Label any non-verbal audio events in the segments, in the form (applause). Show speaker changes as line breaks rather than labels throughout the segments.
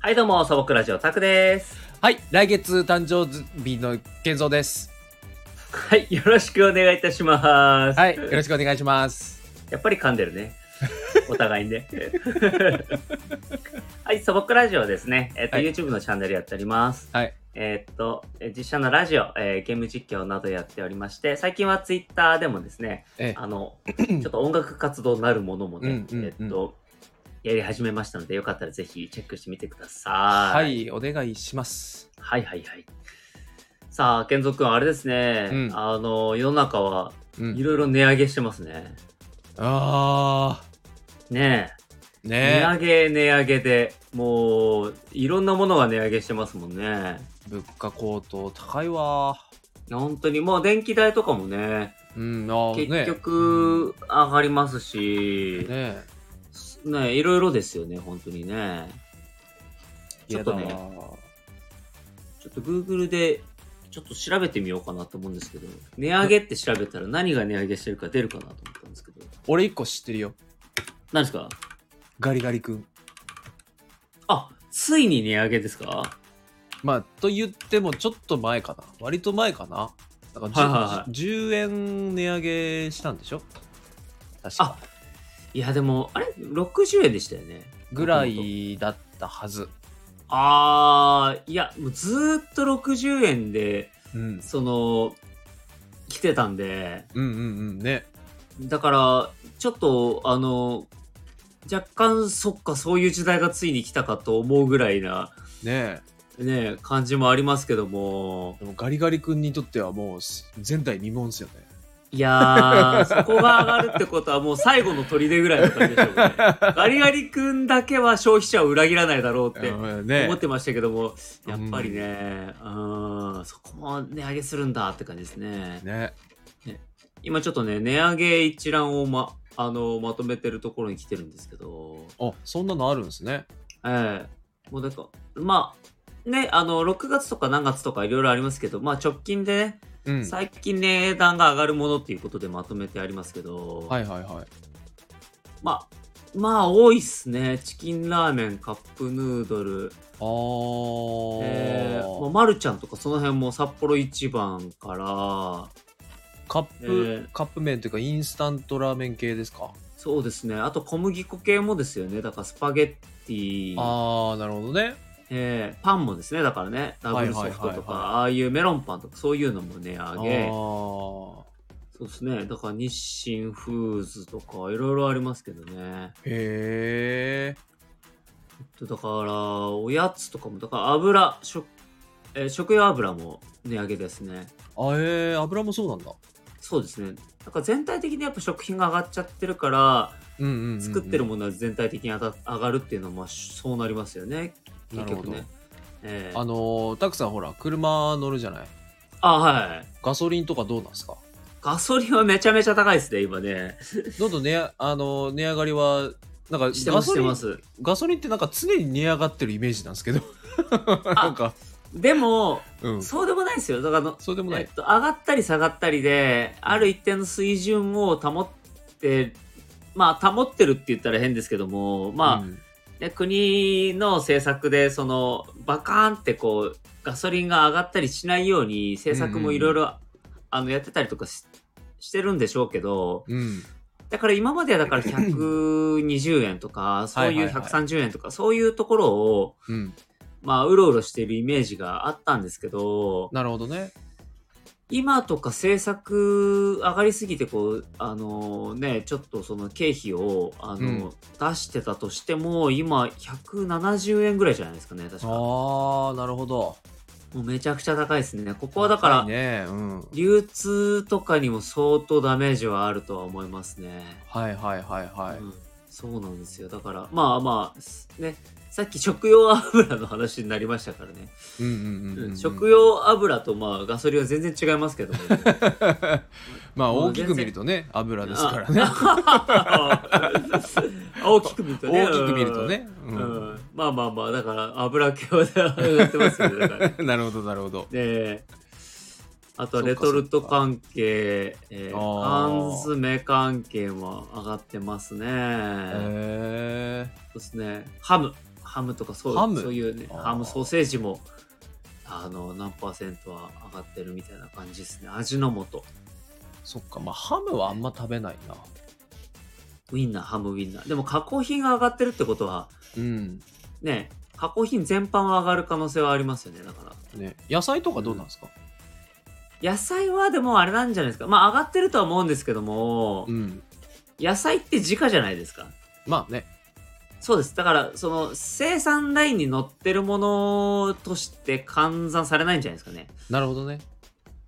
はい、どうも、素朴ラジオ、タクです。
はい、来月誕生日の健三です。
はい、よろしくお願いいたします。 (laughs)
はい、よろしくお願いします。
やっぱり噛んでる (laughs) ね。お互いね。はい、素朴ラジオはですね、えっと、
はい
YouTube のチャンネルやっております。
はい、
えっと、え実写のラジオ、えーゲーム実況などやっておりまして、最近は Twitter でもですね、
え
あ (laughs) の、ちょっと音楽活動なるものもね、
うんうんうん
えっと、やり始めましたので、よかったらぜひチェックしてみてくださ。
はいい、お願いします。
はいはいはい。さあ、健三君、あれですね、
うん
あの、世の中は
う
い
ん、
ろいろ値上げしてますね。
あ
ねえ、
ー、ねえ、
値上げ値上げで、もう、いろんなものが値上げしてますもんね。
物価高騰高いわ。
本当に、もう電気代とかもね、
うん、あー
結局、上がりますし
ね、ね
ねえ、いろいろですよね、本当にね。
え、
ちょっとね
嫌だわ
ちょっと Google で、ちょっと調べてみようかなと思うんですけど、値上げって調べたら何が値上げしてるか出るかなと思ったんですけど、
俺一個知ってるよ。
何ですか
ガリガリ君。
あ、ついに値上げですか
まあ、と言ってもちょっと前かな。割と前かな。だから
は
10,、
いはいはい
10円値上げしたんでしょ確か。
いや、でも、あれ ?60 円でしたよね。
ぐらいだったはず。
あー、いや、もうずーっと60円で、
うん。
その、来てたんで、
うんうんうん。ね。
だから、ちょっと、あの、若干、そっか、そういう時代がついに来たかと思うぐらいな、
ねえ。
ね、感じもありますけども、
でもガリガリ君にとってはもう前代未聞ですよね。
い (laughs) やー、そこが上がるってことは、もう最後の砦ぐらいの感じでしょうね。ガリガリ君だけは消費者を裏切らないだろうって。
うん
思
ね
ってましたけども、やっぱりね、うん、そこも値上げするんだって感じですね。
ね
今ちょっとね、値上げ一覧をま、あの、まとめてるところに来てるんですけど、
あそんなのあるんですね。
ええもうなんか、まあ、ね、あの、6月とか何月とかいろいろありますけど、まあ直近でね、
うん、はい
最近値段が上がるものっていうことでまとめてありますけど、
はいはい。
まあ、まあ多いっすね。チキンラーメン、カップヌードル、
あー、
えーまあ、まるちゃんとかその辺も札幌一番から
カップ、
えー
カップ麺というかインスタントラーメン系ですか。
そうですねあと小麦粉系もですよねだからスパゲッティ、
あーなるほどね。
えーパンもですねだからねダブルソフト
はい
と
はい
か
はいはい
ああいうメロンパンとかそういうのも値
あ
上げ
ー
そうですねだから日清フーズとかいろいろありますけどね
へえ。
だからおやつとかもだから油食,、えー食用油も値上げですね
あえー、油もそうなんだ。
そうですねだから全体的にやっぱ食品が上がっちゃってるから
うんうんうんうん
作ってるものは全体的に上が上がるっていうのはまあそうなりますよね
な
結
るほ
局
ど
ね。ええ
あのー、たくさんほら車乗るじゃない。
あはい
ガソリンとかどうなんですか。
ガソリンはめちゃめちゃ高いですね今ね
どんどんねあのー値上がりはなんか
して
ガ
ますし
ソ
て
リン
ます
ガソリンってなんか常に値上がってるイメージなんで
(laughs)
すけどなんか
でも
うんそ
そうでもないですよだからあの、
うでもな
えっ
い、
と、上がったり下がったりである一定の水準を保ってまあ保ってるって言ったら変ですけどもまあ、
うん
ね、国の政策でそのバカーンってこうガソリンが上がったりしないように政策もいろいろあのやってたりとかししてるんでしょうけど
うん
だから今まではだから120円とかそうい
は
う
いはいはい
130円とかそういうところを
うん、
まあうろうろしているイメージがあったんですけど
なるほどね
今とか政策上がりすぎてこうあのねちょっとその経費をあの、出してたとしても今170円ぐらいじゃないですかね確か。
ああなるほど
もうめちゃくちゃ高いですね。ここはだか
高
ら
い、ねうん
流通とかにも相当ダメージはあるとは思いますね。
はいはいはいはい、
うんそうなんですよ。だから、まあまあ、すね、さっき食用油の話になりましたからね。
うん、うんうんうん、うん、
食用油とまあガソリンは全然違いますけども。
(laughs) まあ
もう
大きく見るとね油ですからね
あ大きく見るとね。
大きく見るとね、
う。
うん
うんんまあまあまあ、だから油系は上がってますよね。だからね
(laughs) なるほどなるほど
で、あとは
そっ
レ
かそっ
ト
か
ルト関係、えー
あー
缶詰関係も上がってますね。
へえ
そうですね。ハム。ハムとかそう
ハム
そういう、ね、
あー
ハムソーセージもあの何パーセントは上がってるみたいな感じですね味の素
そっか、まあ、ハムはあんま食べないな。
ウインナーハムウインナーでも加工品が上がってるってことは
うん。
ね加工品全般は上がる可能性はありますよねだから
ね、野菜とかどうなんですか、
野菜はでもあれなんじゃないですかまあ上がってるとは思うんですけども、
ん。
野菜って時価じゃないですか
まあね。
そうですだからその生産ラインに乗ってるものとして換算されないんじゃないですかね
なるほどね。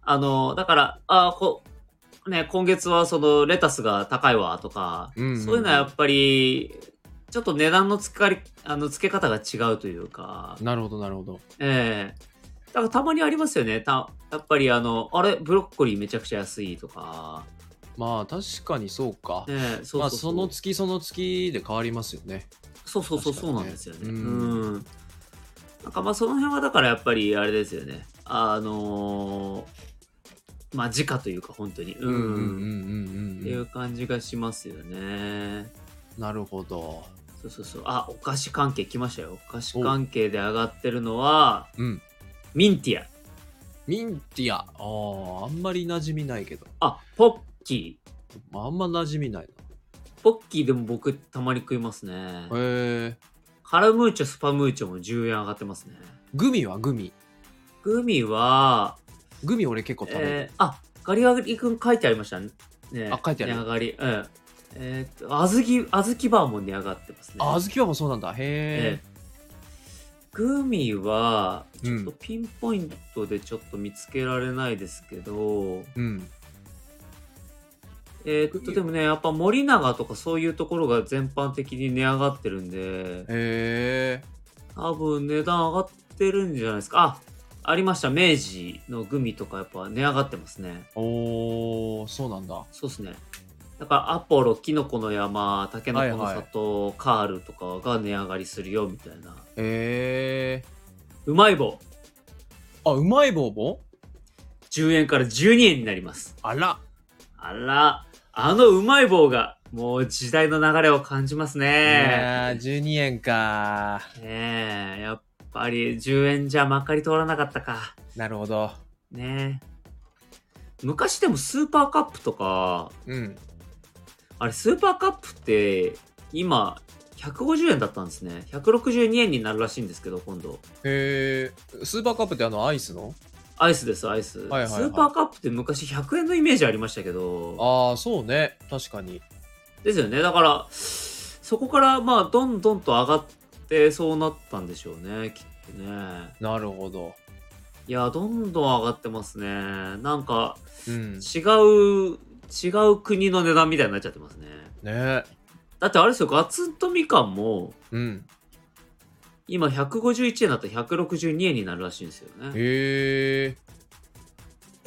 あのだからあーこね今月はそのレタスが高いわとか、
うんうんうん
そういうのはやっぱりちょっと値段のつかりあの付け方が違うというか
なるほど、なるほど。
ええだからたまにありますよねたやっぱりあのあれブロッコリーめちゃくちゃ安いとか
まあ、確かにそうか。
ええそう
ま
そう
あ、その月その月で変わりますよね。
そうそうそう
確
そ
かにね
うなんですよね。う
うん
ん。なんかまあその辺はだからやっぱりあれですよね。あのーまあ時価というか本当に。う。
うんんう
っ
んう
て
んうん。
いううん感じがしますよね。
なるほど。
そうそうそう。あ、お菓子関係来ましたよ。お菓子関係で上がってるのは、
うん。
ミンティア。
ミンティア。ああ、あんまり馴染みないけど。
あ、ポッキー。
まあ、あんま馴染みない
ポッキーでも僕たまに食いますね
な。。へえ。
カラムーチョ、スパムーチョも10円上がってますね。
グミはグミ。
グミは、
グミ俺結構食べる。
えーあガリガリ君書いてありましたね。ね
あ書いてある
値上がり。うん。えーっと、あずき、あずきバーも値上がってますね。
あずきはもそうなんだ。へ
えーグミは、
え。う
ちょっと
ん。
ピンポイントでちょっと見つけられないですけど、
うん。
えーっ
グミ
と、でもね、やっぱ森永とかそういうところが全般的に値上がってるんで、
へえ。
多分値段上がってるんじゃないですか。あ、ありました。明治のグミとかやっぱ値上がってますね。
おー、そうなんだ。
そうですね。だからアポロ、キノコの山、タケノコの里、カールとかが値上がりするよみたいな。
へえ。
うまい棒、
あ、うまい棒も
10円から12円になります。
あら。
あら、あのうまい棒が、もう時代の流れを感じます
え
ね。
12円か。
ねえ、やっぱり10円じゃまかり通らなかったか。
なるほど。
ねえ。昔でもスーパーカップとか、
うん。
あれスーパーカップって今150円だったんですね。162円になるらしいんですけど、今度。
へえ。スーパーカップってあのアイスの
アイスです、アイス。
はいはいはい
スーパーカップって昔100円のイメージありましたけど、
ああ、そうね。確かに。
ですよね。だから、そこからまあ、どんどんと上がってそうなったんでしょうね、きっとね。
なるほど。
いや、どんどん上がってますね。なんか、
うん。
違う、違う国の値段みたいになっちゃってますね。
ね
だってあれですよ、ガツンとみかんも、
うん。
今151円だったら162円になるらしいんですよね。
へえ。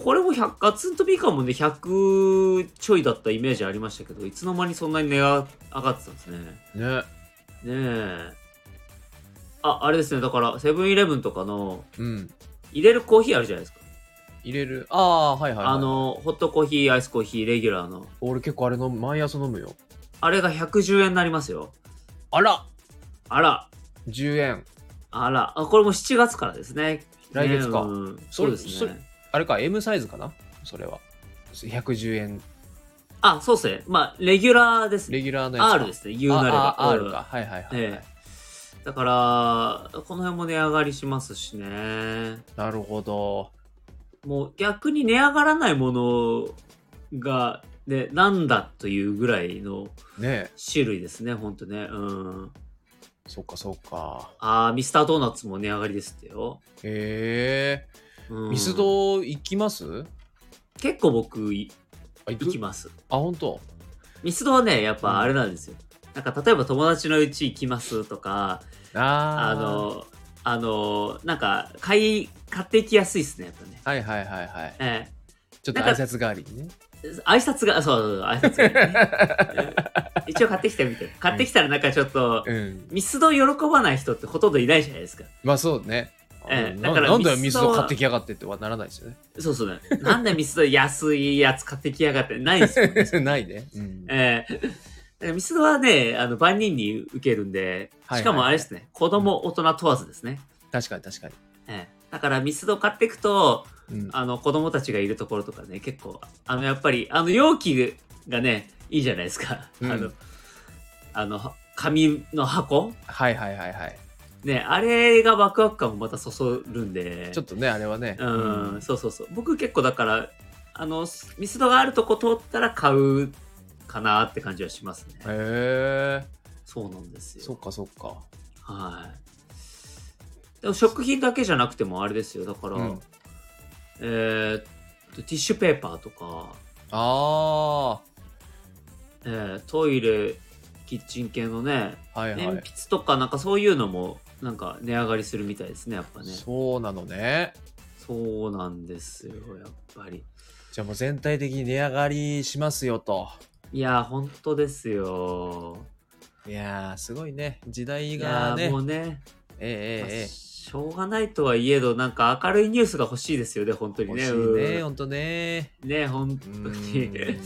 これも100ガツンとみかんもね、100ちょいだったイメージありましたけど、いつの間にそんなに値が上がってたんですね。ね
ね
え。あ、あれですね、だから、セブンイレブンとかの、
うん。
入れるコーヒーあるじゃないですか。
入れる。ああー、はいはい、はい。
あ、の、ホットコーヒー、アイスコーヒー、レギュラーの。
俺結構あれの毎朝飲むよ。
あれが110円になりますよ。
あら
あら、
!10 円。
あら。あこれも7月からですね。
来月か
ねうん
そ
そう
れ
です
それ
ね。
あれか、M サイズかなそれは。110円。
あ、そうですね。まあ、レギュラーですね。
レギュラーのやつか。
R ですね。言うなれば
あ。あ R
うん
か。はいはいはい、はい
ええ、だからこの辺も値上がりしますしね
なるほど。
もう逆に値上がらないものが、ね、なんだというぐらいの
ねえ。
種類ですねほんとねうん
そっかそっか。
ああミスタードーナツも値上がりですってよ、
へえ。
うん
ミスド行きます、
結構僕い
あ、行く
行きます
あ、本当。
ミスドはねやっぱあれなんですよ、なんか例えば友達のうち行きますとか
あー
あ。のあのなんか買い買っていきやすいですねやっぱね
はいはいはいはい。
ええ
ちょっと挨拶代わりにね。
挨拶が、そうそうそう、挨拶が、ね
(laughs)
うん一応買ってきたみたいな。買ってきたらなんかちょっと、
うん。
ミスドを喜ばない人ってほとんどいないじゃないですか。
まあそうね。
ええ
うん
だ
な
から
なんだよ、
ミ
ミ
ス
ス
ドは
ド買ってきやがってってはならないですよ (laughs)
そうそうね。なんでミスド安いやつ買ってきやがってないですよね。
ね。ないね。うん
えええミスドはね、あの万人に受けるんで、
はいはいはい
しかもあれですね、子供、大人問わずですね。
確かに確かに。
ええだからミスド買っていくと、
うん、
あの子供たちがいるところとかね、結構、あのやっぱり、あの容器がね、いいじゃないですか。
うん
あの、あの、は紙の箱
はいはいはいはい。
ね、あれがワクワク感をまたそそるんで。
ちょっとね、あれはね。
うん、そうそうそう。僕結構だから、あの、ミスドがあるとこ通ったら買うかなって感じはしますね。
へえ、
そうなんです
そ
よ
っ。かそっか。
はい。でも食品だけじゃなくてもあれですよ。だから、
うん
えーっと、ティッシュペーパーとか、
あ
えートイレ、キッチン系のね、
あ、はいはい。
鉛筆とかなんかそういうのも、なんか値上がりするみたいですね、やっぱね。
そうなのね。
そうなんですよ、やっぱり。
じゃあもう全体的に値上がりしますよと。
いやー、本当ですよ。
いやー、すごいね。時代
い
が
やー
ね
も。うね、
え
まあ
ええええ
しょうがないとはいえど、なんか明るいニュースが欲しいですよね、本当
え
に
欲
ね。
しいね、ほんとね。
うんね、本当に
う。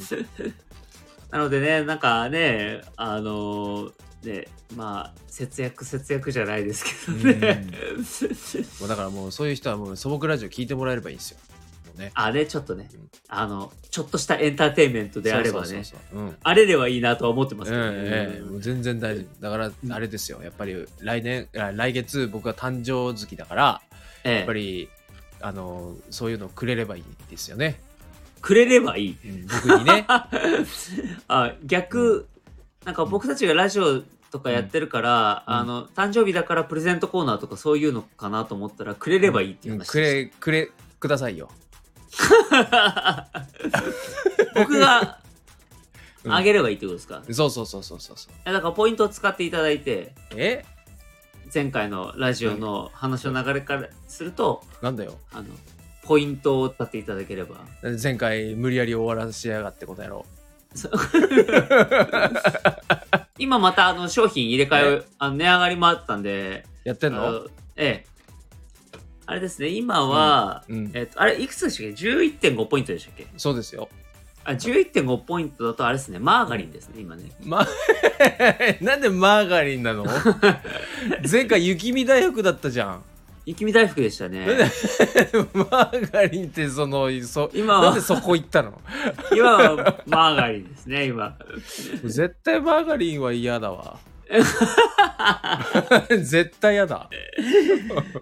(laughs) なのでね、なんかね、あのーね、まあ、節約節約じゃないですけどね。
もうだからもうそういう人はもう素朴ラジオ聞いてもらえればいいんですよ。もうね。
(laughs) あれ、ちょっとね
うん、
あの、ちょっとしたエンターテインメントであればね、
そうそうそうそううん。
あれればいいなとは思ってますけどね。
ええええもう全然大丈夫だからあれですよやっぱり来年あ来月僕は誕生月だから
ええ
やっぱりあのそういうのくれればいいですよね、
くれればいい。
うん僕に
(laughs)
ね
あ逆、なんか僕たちがラジオとかやってるから、
うん
あの誕生日だからプレゼントコーナーとかそういうのかなと思ったらくれればいいっていう
うん
話
くれくれくださいよ
(laughs) 僕が
うん
あげればいいってことですか、い
そうそうそうそうそうそう
やだからポイントを使っていただいて
え
前回のラジオの話の流れからすると、
なんだよ
あのポイントを立っていただければ
前回無理やり終わらしやがってことやろ
今またあの商品入れ替えあの値上がりもあったんで
やってん
あ
の
のええあれですね今は、
うん
えっと、あれ、いくつでしたっけ ?11.5 ポイントでしたっけ
そうですよ
あ、11.5ポイントだとあれですね、マーガリンですね、今ね。
ま (laughs) なんでマーガリン
(laughs)
なの前回雪見大福だったじゃん (laughs)
雪見大福でしたね。
マーガリンってそのそ
今
なん
は
で、そこ行っ
(laughs)
たの
今はマーガリンですね、今。
絶対マーガリンは嫌
(laughs)
だわ絶対嫌だ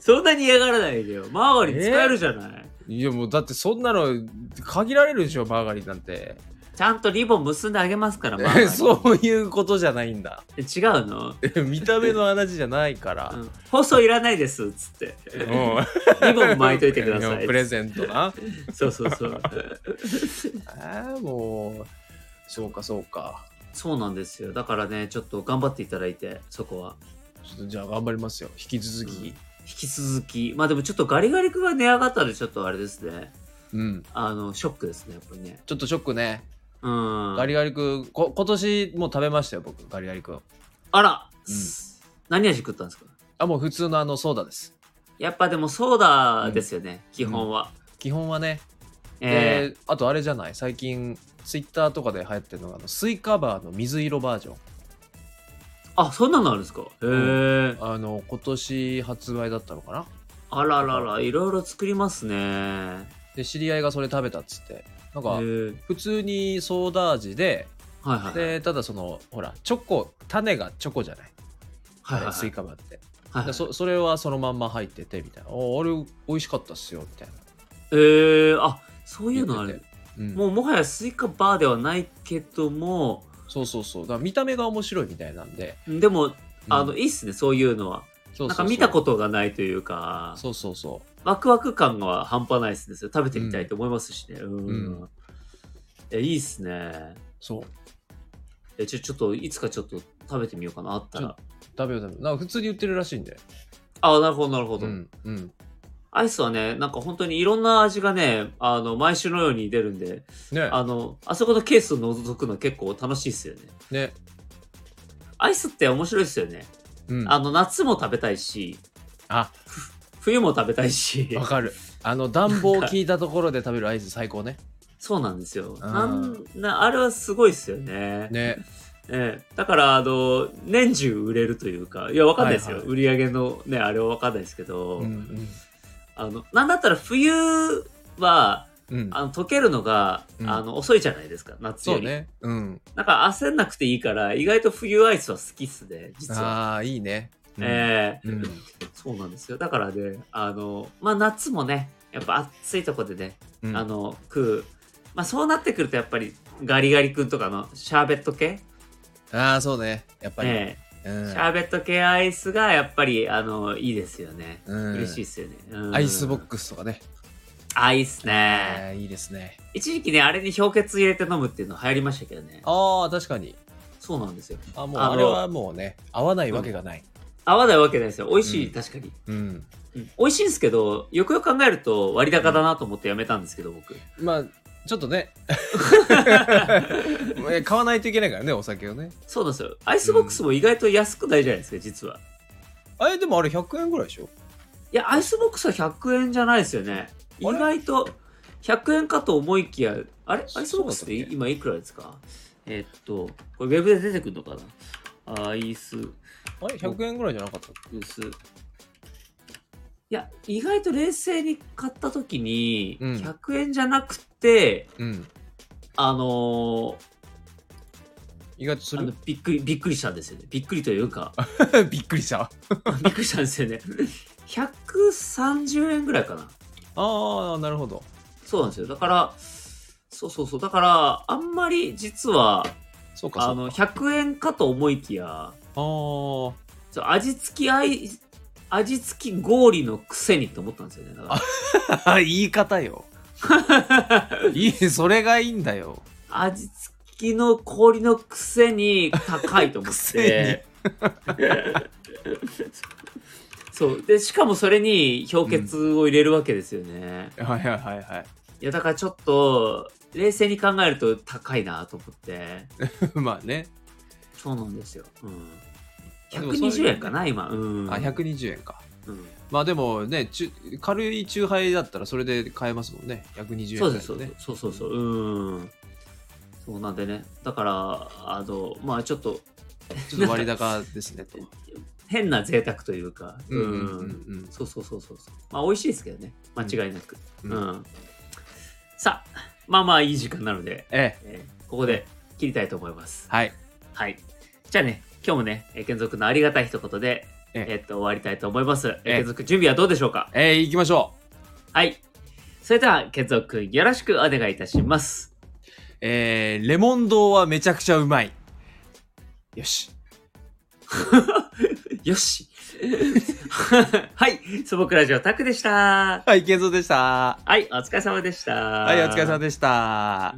そんなに嫌がらないでよ。マーガリン使えるじゃない。
いやもうだってそんなの限られるでしょマーガリンなんて
ちゃんとリボン結んであげますから、マーガリン。
そういうことじゃないんだ (laughs)
違うの、
見た目の話じゃないから
う、ん、放送いらないです、つって。 (laughs) リボン巻いといてくだ
(laughs)
さ
う
い
んプ。レゼントな
そうそうそう。
あーもうそうかそうか
そうなんですよ。だからね、ちょっと頑張っていただいて、そこは。
ちょっとじゃあ頑張りますよ引き続き
引き続き。まあでもちょっとガリガリ君が値上がったんで、ちょっとあれですね。
うん
あの、ショックですね、やっぱりね。
ちょっとショックね
うん。
ガリガリ君こ今年もう食べましたよ僕ガリガリ君
あら、
うん
何味食ったんですか
あもう普通のあのソーダです
やっぱでもソーダですよね、基本は。
基本はね、
え
であとあれじゃない最近ツイッターとかで流行ってるのがあのスイカバーの水色バージョン
ーあ、そんなのあるんですかへえ、
あの今年発売だったのかな
あららら、いろいろ作りますね。へ
で知り合いがそれ食べたっつってなんか
ー
普通にソーダ味で
はいはい。
でただそのほらチョコ種がチョコじゃない、
はいはいはい
スイカバーって、
はいは
で
い
そそれはそのまんま入っててみたいなおあれ美味しかったっすよみたいな
えー、あそういうのあ
言
る
って。てうん、
もうもはやスイカバーではないけども、
そうそうそうだから見た目が面白いみたいなんで、
でも、
うん
あの、いいっすね、そういうのは。
そうそうそう
なんか見たことがないというか、
そうそうそう
ワクワク感が半端ないですね。それ食べてみたいと思いますしね。うん。
う
いや、いいっすね。
そう
え、ちょ、ちょっと、いつかちょっと食べてみようかな、あった
ちょ
ら。
食べよう食べようなんか普通に売ってるらしいんで
あ、なるほど、なるほど、
うんうん
アイスはね、なんか本当にいろんな味がね、あの、毎週のように出るんで、
ね
あの、あそこのケースを覗くの結構楽しいっすよね。
ね
アイスって面白いっすよね。
うん
あの、夏も食べたいし、
あ
冬も食べたいし
わ、かるあの暖房効いたところで食べるアイス最高ね
そうなんですよ。
ん
なんな、あれはすごいっすよね。
ね
ええだから、あの、年中売れるというか、いや、わかんないですよ。
はいは
売り上げのね、あれはわかんないですけど、
うん
あの、なんだったら冬は、
うんうん、
あの、溶けるのが、
うん
あの、遅いじゃないですか、夏
そ
よ
う
り。
ね、うん、
なんか焦んなくていいから、意外と冬アイスは好きっすね、実は。
ああいいね、うん
ええ
うん
そうなんですよ。だからね、あの、まあ、夏もね、やっぱ暑いとこでね、
うん
あの、食う。まあ、そうなってくると、やっぱり、ガリガリ君とかのシャーベット系、
ああそうねやっぱり、
え
うん
えシャーベット系アイスが、やっぱり、あの、いいですよね。
うん
嬉しいですよね、うん
アイスボックスとかね、
あ、いいっすね。
あーいいですね
一時期ね、あれに氷結入れて飲むっていうの流行りましたけどね。
ああ確かに
そうなんですよ。
あもう
あの
あれはもうね合わないわけがない、
合わないわけないですよ。美味しい、
うん
確かに。
うん
うん美味しいんですけど、よくよく考えると割高だなと思ってやめたんですけど、僕。
まあちょっと (laughs) ね買わないといけないからねお酒をね
そうなんですよ。アイスボックスも意外と安くないじゃないですか、実は。
あれでもあれ100円ぐらいでしょ
いや、アイスボックスは100円じゃないですよね。意
あれ
外と100円かと思いきや、あれアイスボックスって
そうだっけ
今いくらですかえっと、これウェブで出てくるのかなアイスボ
あれ100円ぐらいじゃなかった
ックス。いや、意外と冷静に買った時に、
うん
100円じゃなくて、
うん
あの
意外とす
ーあの
る
びっくり、びっくりしたんですよね。びっくりというか、 (laughs)
(laughs) びっくりした
びっくりしたんですよね。130円ぐらいかな。
ああなるほど
そうなんですよ。だから、そうそうそう。だから、あんまり実は、
そうかそ
あ
うか
の、100円かと思いきや、
あー
ちょ味付きアイ、味付き氷のくせにと思ったんですよね。だ
(laughs)
か
あ言い方 (laughs) よ
ら
いいそれがいいんだよ
味付きの氷のくせに高いと思っ
く
て
せ。
そう。で、しかもそれに氷結を入れるわけですよね。
はいはいはいはい
いや、だからちょっと、冷静に考えると高いなと思って。
(laughs) まあね、
そうなんですよ。うん。
でもそういう
120円かな、今。うん。
あ120円か
うん
まあでもねちゅ軽いチューハイだったらそれで買えますもんね120円
そう
ぐ
で
らい
す、そうで
ね
す。そうそうそう。うん。そうなんでね。だから、あの、まあちょっと、
ちょっと割高ですねと
変な贅沢というか。
(laughs) うんうんうんうん
そうそうそうそうそう。まあ美味しいですけどね。間違いなく。
う
うんん。さあ、まあまあいい時間なので、
ええ
えーここで切りたいと思います。
はい
はい。じゃあね、今日もね、えー、健続のありがたい一言で、
え
え
え
っと、終わりたいと思います。
ええ
えー、健続準備はどうでしょうか
ええ行きましょう
はい。それでは、健続くんよろしくお願いいたします。
えー、レモン丼はめちゃくちゃうまいよし
よし。 (laughs) はい。素朴ラジオタクでした。
はい健三でした
はい、お疲れ様でした。
はいお疲れ様でした